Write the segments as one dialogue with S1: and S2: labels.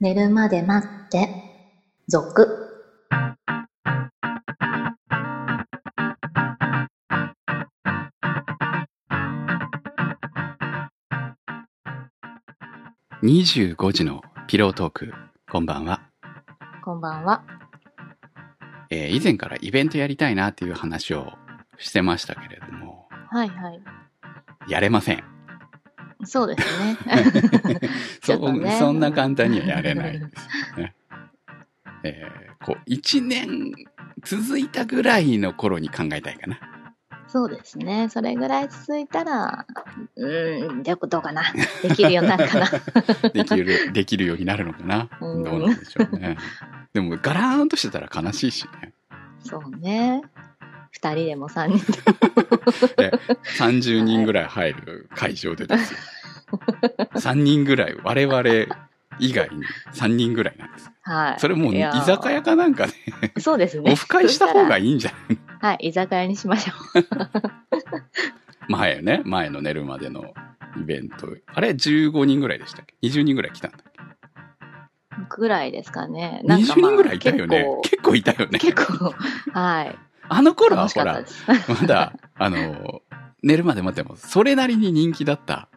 S1: 寝るまで待って、続。
S2: 25時のピロートーク、こんばんは。
S1: こんばんは。
S2: えー以前からイベントやりたいなっていう話をしてましたけれども、
S1: はいはい。
S2: やれ ません。
S1: そうですね。 ちょっ
S2: そ
S1: と
S2: う
S1: ね
S2: そんな簡単にはやれないですよね。えーこう、1年続いたぐらいの頃に考えたいかな。
S1: そうですね。それぐらい続いたら、うーん、じゃあどうか な。できるようになるかな。
S2: でき る、できるようになるのかな。
S1: う
S2: ど
S1: ん
S2: うなんでしょうね。でも、ガラーンとしてたら悲しいしね。
S1: そうね。二人でも三人で
S2: で、30人ぐらい入る会場でですよ。3人ぐらい、我々以外 に3人ぐらいなんです。
S1: も。はい。
S2: それもう
S1: い
S2: い
S1: やー
S2: 居酒屋かなんかね、
S1: そうですね。
S2: オフ会した方がいいんじゃない
S1: はい、居酒屋にしましょ
S2: 前ね、前の寝るまでのイベント。あれ、15人ぐらいでしたっけ ?20 人ぐらい来たんだっけ
S1: う。ぐらいですかね。なんか
S2: ?20
S1: まあ
S2: 人ぐらいいたよね。結構いたよね。
S1: 結構、結構はい。
S2: あの頃は
S1: 楽し
S2: ほ
S1: かった
S2: ら
S1: で、す。
S2: まだ、あの、寝るまで待っても、それなりに人気だった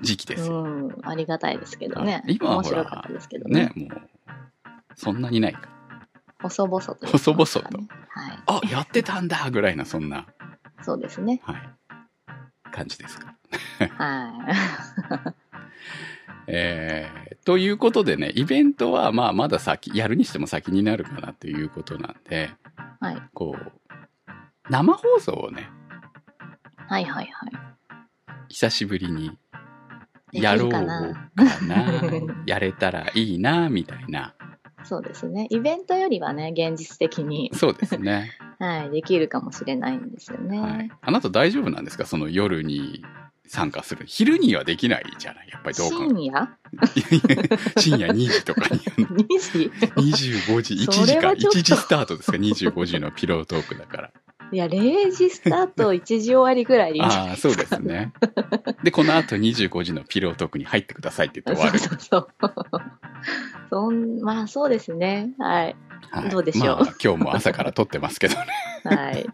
S2: 時期です
S1: う
S2: よ。
S1: ん、ありがたいですけどね。
S2: あ今は
S1: 面
S2: ほら
S1: 白かったですけどね。
S2: ね、もう、そんなにないか。
S1: 細々と、ね。
S2: 細々と
S1: はい。
S2: あ、やってたんだぐらいな、そんな、
S1: そうです ね。
S2: はい、感じですか。
S1: は
S2: えーということでね、イベントは、まあ、まだ先、やるにしても先になるかなということなんで、
S1: い。はい。
S2: こう、生放送をね、
S1: はいはいはい。
S2: 久しぶりに
S1: でき
S2: やろ
S1: る
S2: う
S1: か
S2: か
S1: な
S2: な、やれたらいいな、みたいな。
S1: そうですね。イベントよりはね、現実的に、
S2: そうですね。
S1: はい、できるかもしれないんですよ ね。
S2: はい、あなた大丈夫なんですかその夜に参加する昼にはできないじゃないやっぱりどうか
S1: 深夜
S2: 深夜2時とかに
S1: ?2 時
S2: 25時1
S1: そ
S2: 時
S1: れ
S2: か
S1: は
S2: 1
S1: ちょっと
S2: 時スタートですか25時のピロートーク だから
S1: いや、0時スタート、1時終わりぐらいでいいんじゃ
S2: あ
S1: な
S2: あ
S1: い
S2: ーそうですねでこのあと25時のピロートークに入ってくださいって言って終わる
S1: そうそう そう。そんまあそうですね。はい。
S2: はい
S1: どうでしょう
S2: まあ、今日も朝から撮っ てますけどね
S1: はい。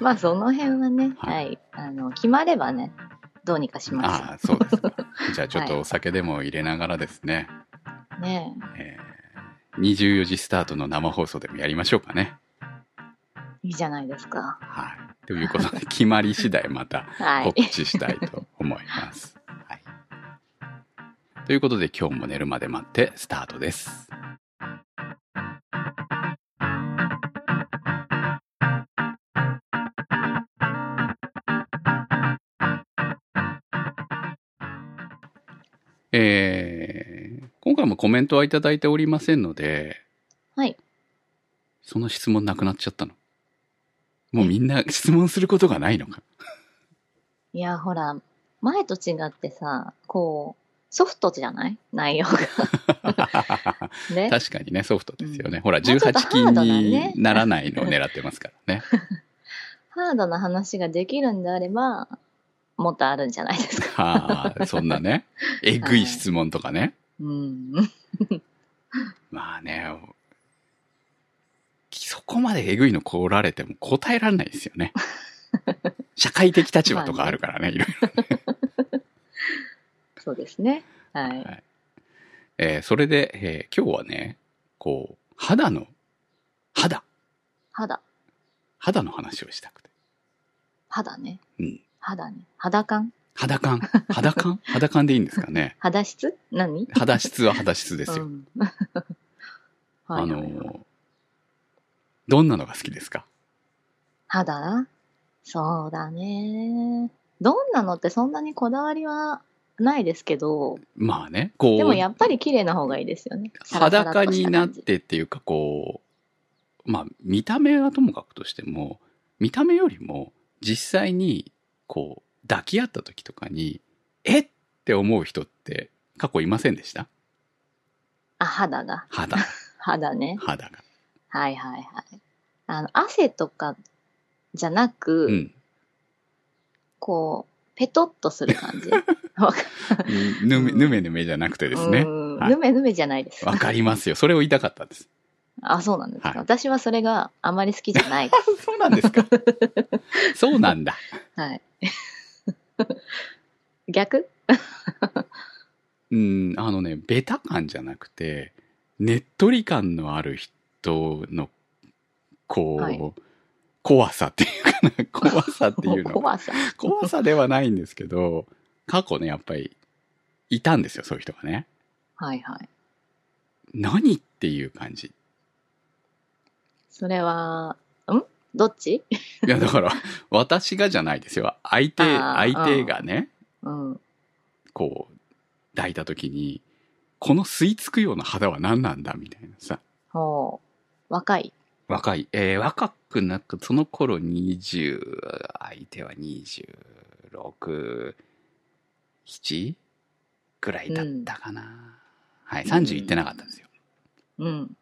S1: まあその辺はね、
S2: は
S1: はい、あの決まればね、どうにかします
S2: ああそうですかじゃあちょっとお酒でも入れながらですね、
S1: ね
S2: えー24時スタートの生放送でもやりましょうかね
S1: え。いいじゃないですか。
S2: はい。ということ で、決まり次第また
S1: はい
S2: 告。知したいと思 います。はい。ということで、今日も寝るまで待ってスタートです。えー今回もコメントはいただいておりませんので、
S1: はい。
S2: その質問なくなっちゃったの。もうみんな質問することがないのか。
S1: いや、ほら、前と違ってさ、こう、ソフトじゃない内 容が。ね。
S2: 確かにね、ソフトですよね。
S1: うん
S2: ほら、
S1: もうちょっと
S2: 18禁
S1: ハードなね
S2: にならないのを狙ってますからね。
S1: ハードな話ができるんであれば、もっとあるんじゃない ですか。
S2: はあ、そんなね、えぐい質問とかね。
S1: うん。
S2: まあね、そこまでえぐいの来られても答えられないですよ ね。社会的立場とかあるからね、いろいろ。
S1: そうですね。はい。
S2: えーそれで、えー今日はね、こう、肌の、肌、
S1: 肌。
S2: 肌の話をしたくて。
S1: 肌ね。
S2: うん
S1: 肌ね。肌感
S2: 肌感、肌感、肌感でいいんですかね。
S1: 肌質何
S2: 肌質は肌質ですよ
S1: う。 んはい
S2: あの、どんなのが好きですか
S1: 肌そうだね。どんなのってそんなにこだわりはないですけど、
S2: まあね、こ
S1: でもや
S2: う、
S1: っぱり綺麗な方がいいですよね。サラサラっと
S2: 裸
S1: し
S2: に
S1: た
S2: なっ
S1: 感じ
S2: てっていうか、こう、まあ、見た目はともかくとしても、見た目よりも、実際に、こう、抱き合った時とかに、えっって思う人って、過去いませんでした
S1: あ、肌が。
S2: 肌、
S1: 肌ね。
S2: 肌が。
S1: はいはいはい。あの、汗とかじゃなく、
S2: うん。
S1: こう、ペトッとする感じ。わか
S2: ぬめ、ぬめぬめじゃなくて ですね。
S1: うん
S2: はい
S1: ぬめぬめじゃないです。
S2: わかりますよ。それを言いたかったんです。
S1: あ、そうなんですか、
S2: はい
S1: 私はそれがあまり好きじゃ ない。
S2: そうなんで すか。そうなんだ。
S1: はい。 逆
S2: うん、あのね、ベタ感じゃなくて、ねっとり感のある人の、こう、
S1: はい
S2: 怖さってい うかな、怖さっていうの。
S1: 怖さ。
S2: 怖さではないんですけど、過去ね、やっぱり、いたんですよ、そういう人がね。
S1: はいはい。
S2: 何っていう感じ。
S1: それは、んどっち
S2: いや、だから、私がじゃないですよ。相手、
S1: あー
S2: 相手がね、
S1: うん。
S2: こう、抱いた時に、この吸い付くような肌は何なんだみたいなさ。
S1: ほう。若い。
S2: 若い。えー若くなく、その頃20、相手は26、7? ぐらいだったかな。はい、30いってなかったんですよ。
S1: うん。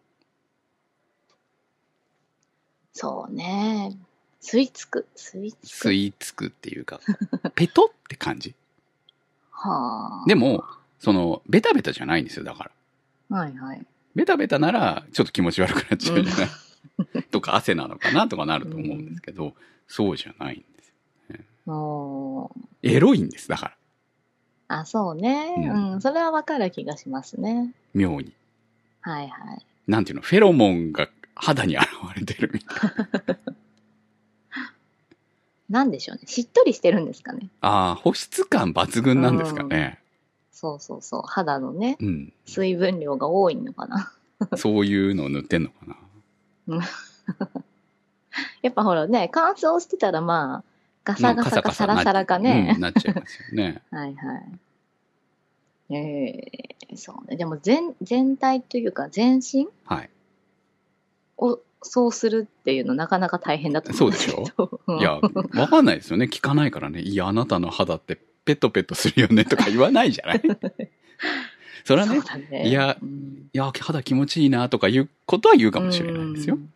S1: そうね。吸い付く。吸い付
S2: 吸
S1: く。
S2: い付くっていうか、ペトって感じ。
S1: はあ。
S2: でも、その、ベタベタじゃないんですよ、だから。
S1: はいはい。
S2: ベタベタなら、ちょっと気持ち悪くなっちゃうじゃない。 とか、汗なのかなとかなると思うんですけど、そうじゃないんですよ。
S1: おー
S2: エロいんです、だから。
S1: あ、そうね、
S2: う
S1: うんん。それはわかる気がしますね。
S2: 妙に。
S1: はいはい。
S2: なんていうの、フェロモンが肌に現れてるみたいな
S1: なんでしょうね。しっとりしてるんですかね。
S2: ああ、保湿感抜群なんですかね。
S1: そうそうそう。肌のね、
S2: うん。
S1: 水分量が多いのかな。
S2: そういうのを塗ってんのかな。
S1: やっぱほらね、乾燥してたらまあ、ガサガサかサラサラか
S2: うん
S1: ね。
S2: なっちゃいますよ ね。
S1: はいはい。ええそうね。でも全、全体というか、全身
S2: はい。
S1: をそうするっていうのなかなか大変だと思うんですけど。 うん
S2: いや、わかんないですよね。聞かないからね。いや、あなたの肌ってペトペトするよねとか言わないじゃない それは
S1: そ
S2: ね
S1: う、だね。
S2: いや
S1: うん、
S2: いや、肌気持ちいいなとかいうことは言うかもしれないですよ
S1: う。ん。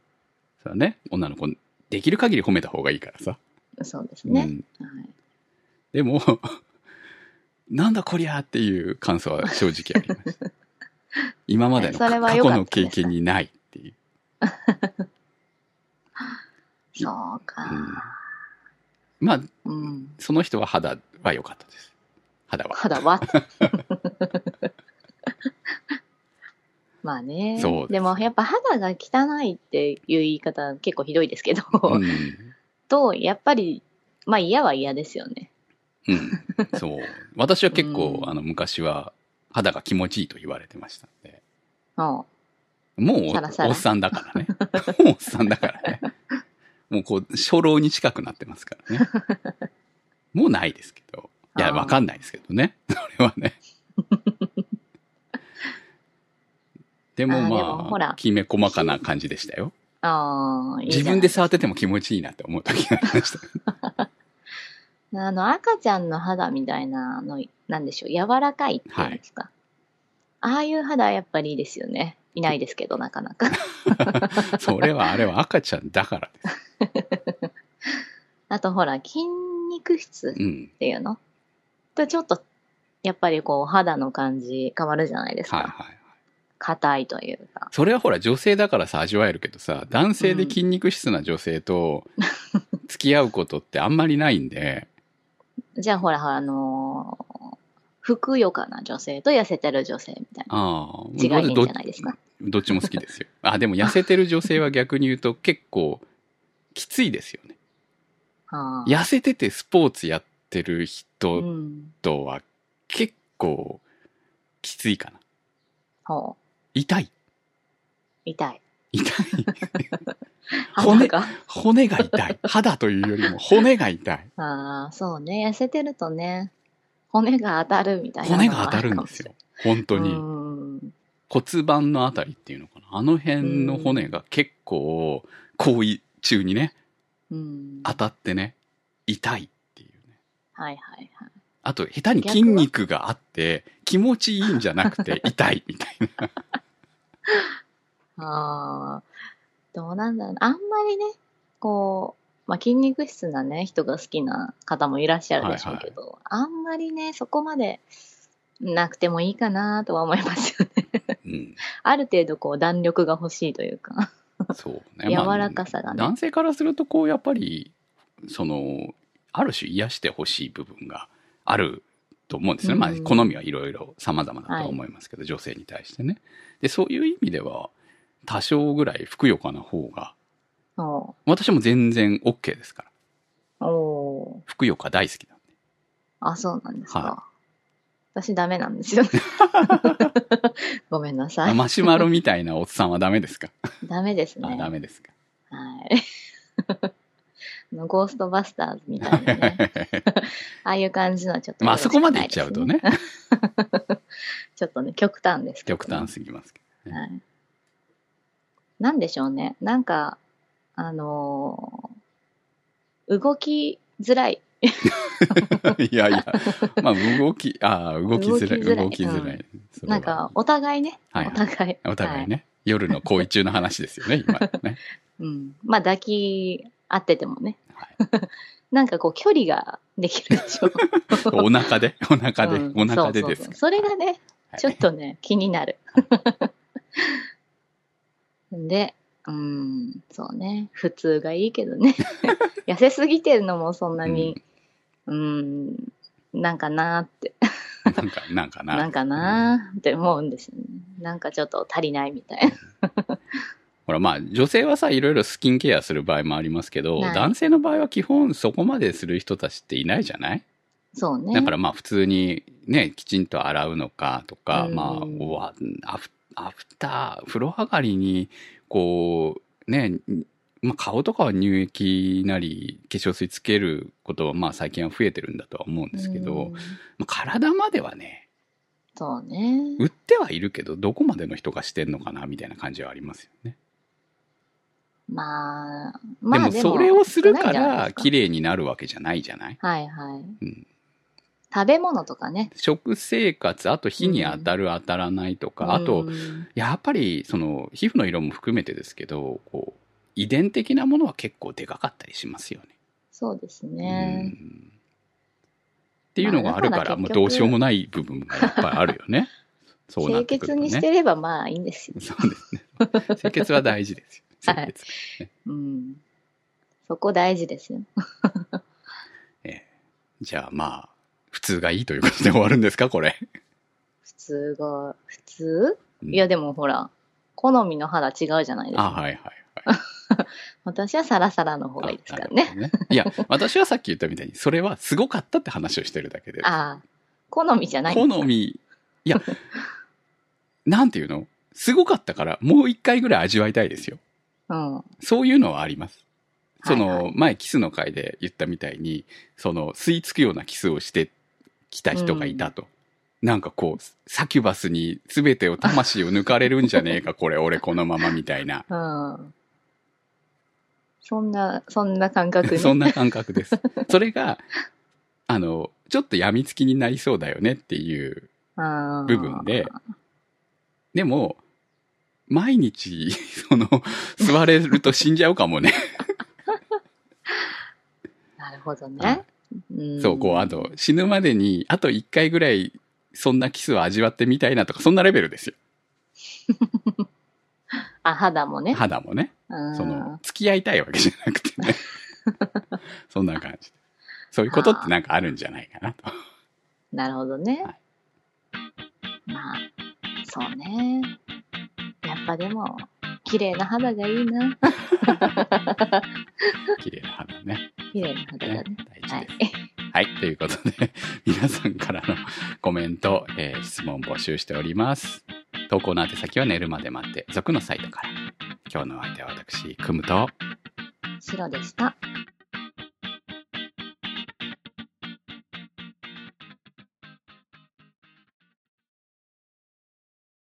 S2: それはね、女の子、できる限り褒めた方がいいからさ。
S1: そうです
S2: う
S1: ね。
S2: ん。
S1: はい
S2: でも、 なんだこりゃっていう感想は正直ありま した。今までの
S1: それ
S2: か
S1: は
S2: 過
S1: 良
S2: 去
S1: か
S2: の
S1: ったです
S2: 経
S1: ね
S2: 験にないっていう。
S1: そう
S2: うん
S1: か。
S2: まあ、
S1: うん。
S2: その人は肌は良かったです。肌は。
S1: 肌は まあね
S2: そうです
S1: でもやっぱ肌が汚いっていう言い方結構ひどいですけど、
S2: うん。
S1: とやっぱりまあ嫌は嫌ですよね
S2: うん。そう。私は結構、
S1: うん
S2: あの、昔は肌が気持ちいいと言われてましたんで。
S1: うん
S2: もうお
S1: サラサラ
S2: おっさんだからね。 もうおっさんだからね。もうこう、初老に近くなってますから ね。もうないですけど。いや、
S1: あー
S2: わかんないですけどね。 それはね。でも
S1: あー
S2: ま
S1: でもほ
S2: あ
S1: ら
S2: きめ細かな感じでしたよ。
S1: ああいいじ
S2: 自
S1: ゃない
S2: 分で触ってても気持ちいいなって思う時 がありました。
S1: あの赤ちゃんの肌みたいなのなんでしょう柔らかいっていうんですか、ああいう肌はやっぱりいいですよねいないですけどなかなか
S2: それはあれは赤ちゃんだからです。
S1: あとほら筋肉質
S2: うん。
S1: っていうのとちょっとやっぱりこう肌の感じ変わるじゃないです
S2: はいはい
S1: か
S2: はい。
S1: 硬、いというか
S2: それはほら女性だからさ味わえるけどさ男性で筋肉質な女性と付き合うことってあんまりないんで、
S1: じゃあほらあのーふくよかな女性と痩せてる女性みたいな
S2: ああ
S1: 違いがいいんじ
S2: ど
S1: ゃないですか
S2: どっちも好きで すよあでも痩せてる女性は逆に言うと結構きついですよね
S1: あー
S2: 痩せててスポーツやってる
S1: う
S2: 人
S1: ん
S2: とは結構きついかな
S1: ほう
S2: 痛い
S1: 痛い
S2: 痛い
S1: 肌が
S2: 骨が痛い肌というよりも骨が 痛い
S1: ああそうね痩せてるとね骨が当たるみたいな
S2: 骨が当たるんですよ本当に、
S1: 本
S2: 骨盤のあたりっていうのかなあの辺の骨が結構行為中にね
S1: 当にうん
S2: 当たってね痛いっていうね
S1: はいはいはい
S2: あと下手に筋肉があって気持ちいいんじゃな くて痛いみたいな
S1: ああどうなんだろうあんまりねこうまあ、筋肉質なね、人が好きな方もいらっしゃるでしょうけど、あんまりね、そこまでなくてもいいかなとは思いますよね。
S2: うん、
S1: ある程度こう弾力が欲しいというか。
S2: そうね。
S1: 柔らかさがね
S2: まあ男性からすると、こう、やっぱり、その、ある種癒してほしい部分があると思うんですね。まあ、
S1: うん
S2: 好みはいろいろ様々だとは思いますけど、女性に対してね。で、そういう意味では、多少ぐらいふくよかな方が、
S1: お
S2: 私も全然 OK ですから。
S1: うおう
S2: ふくよか大好 きなんで。
S1: あ、そうなんですか。
S2: は
S1: 私ダメなん ですよね。ごめんなさい。
S2: マシュマロみたいなおっさんはダメですか
S1: ダメです
S2: あ
S1: ね。
S2: ダメですか。
S1: はい。 あのゴーストバスターズみたいな ね。ああいう感じのはちょっと、
S2: まあ、そこまでいっちゃうと。ね、
S1: ちょっとね、極端ですけど、
S2: 極端すぎますけどね。
S1: はい。なんでしょうね。なんか、あのー動きづらい。
S2: いやいや、まあ、動き、ああ、動きづらい、動
S1: 動
S2: き
S1: き
S2: づ
S1: づ
S2: ら
S1: ら
S2: い
S1: い。
S2: それは
S1: なんか、お互いね。
S2: はいはい
S1: お互い。
S2: お互いね、夜の行為中の話ですよね、今ね。
S1: はい。うん。まあ、抱き合っててもね。
S2: はい、
S1: なんかこう、距離ができるで しょ。
S2: お腹 で、お腹で、
S1: うん
S2: お腹でです
S1: そうそうそうそ
S2: か
S1: れがね、
S2: はい
S1: ちょっとね、気になる。 で、うん、そうね、普通がいいけど ね。痩せすぎてるのもそんなに、うん、なんかなーって、
S2: なんか、なんかな。
S1: なんかなーって思うんですよね。なんかちょっと足りないみたいな。
S2: ほら、まあ、女性はさ、いろいろスキンケアする場合もありますけど、
S1: はい
S2: 男性の場合は基本そこまでする人たちっていないじゃない
S1: そうね。
S2: だからまあ、普通にね、きちんと洗うのかとか、
S1: うん
S2: まあおわ、アフアフター、風呂上がりに、こう、ね、まあ、顔とかは乳液なり化粧水つけることはまあ最近は増えてるんだとは思うんですけど、
S1: うん
S2: まあ体まではね
S1: そうね。
S2: 売ってはいるけどどこまでの人がしてんのかなみたいな感じはありますよね、
S1: まあ、まあ
S2: でもそれをするか
S1: 少ないんじゃない
S2: ら
S1: です
S2: 綺麗になるわけじゃないじゃない
S1: はいはい、
S2: うん
S1: 食べ物とかね。
S2: 食生活あと日に当たる当たらないとか、あと
S1: うん
S2: やっぱりその皮膚の色も含めてですけどこう遺伝的なものは結構でかかったりしますよね。
S1: そうですね。
S2: うんっていうのがあるか
S1: まあだからら
S2: もう
S1: 結局
S2: どうしようもない部分がやっぱりあるよ ね。そうなっ
S1: 清
S2: てく
S1: 潔
S2: るとね。
S1: にしてればまあいいんですよ。
S2: そうですね。清潔は大事ですよ。
S1: は
S2: 清
S1: い
S2: 潔。
S1: うん。そこ大事ですよ。
S2: じゃあまあ、普通がいいということで終わるんですか、これ。
S1: 普通が、普通
S2: うん
S1: いやでもほら、好みの肌違うじゃないです
S2: あ、
S1: か。
S2: はいはいはい。
S1: 私はサラサラの方がいいですからね。
S2: あ。なるほどいや、私はさっき言ったみたいに、それはすごかったって話をしてる だけで。
S1: ああ、好みじゃない。
S2: 好み、いや、なんていうのすごかったから、もう一回ぐらい味わいたいですよ。
S1: うん。
S2: そういうのはあります。その、
S1: はいは
S2: 前キスの回で言ったみたいに、その、吸い付くようなキスをしてきた人がいたと。なんかこう、サキュバスに全てを魂を抜かれるんじゃねえ か、これ、俺このままみたいな。
S1: うん。そんな、そんな感覚ね。
S2: そんな感覚です。それが、あの、ちょっと病みつきになりそうだよねっていう
S1: な
S2: 部分で、でも、毎日、 その、吸われると死んじゃうかもね。
S1: なるほどね。ん
S2: そう、こう、あと、死ぬまでに、あと一回ぐらい、そんなキスを味わってみたいなとか、そんなレベルですよ。
S1: あ、肌もね。
S2: 肌もね。
S1: うん
S2: その、付き合いたいわけじゃなくて ね。そんな感じ。そういうことってなんかあるんじゃないかなと。
S1: なるほどね。
S2: は
S1: まあ、そうね。やっぱでも、綺麗な肌がいい な。
S2: 綺麗な肌ね。
S1: 綺麗な肌
S2: ね
S1: だね。
S2: 大
S1: は
S2: 事
S1: い
S2: です。。はい。ということで、 皆さんからのコメント、えー質問募集しております。投稿の宛先は寝るまで待って、続のサイトから。今日のお相手は私、くむと、
S1: 白でした。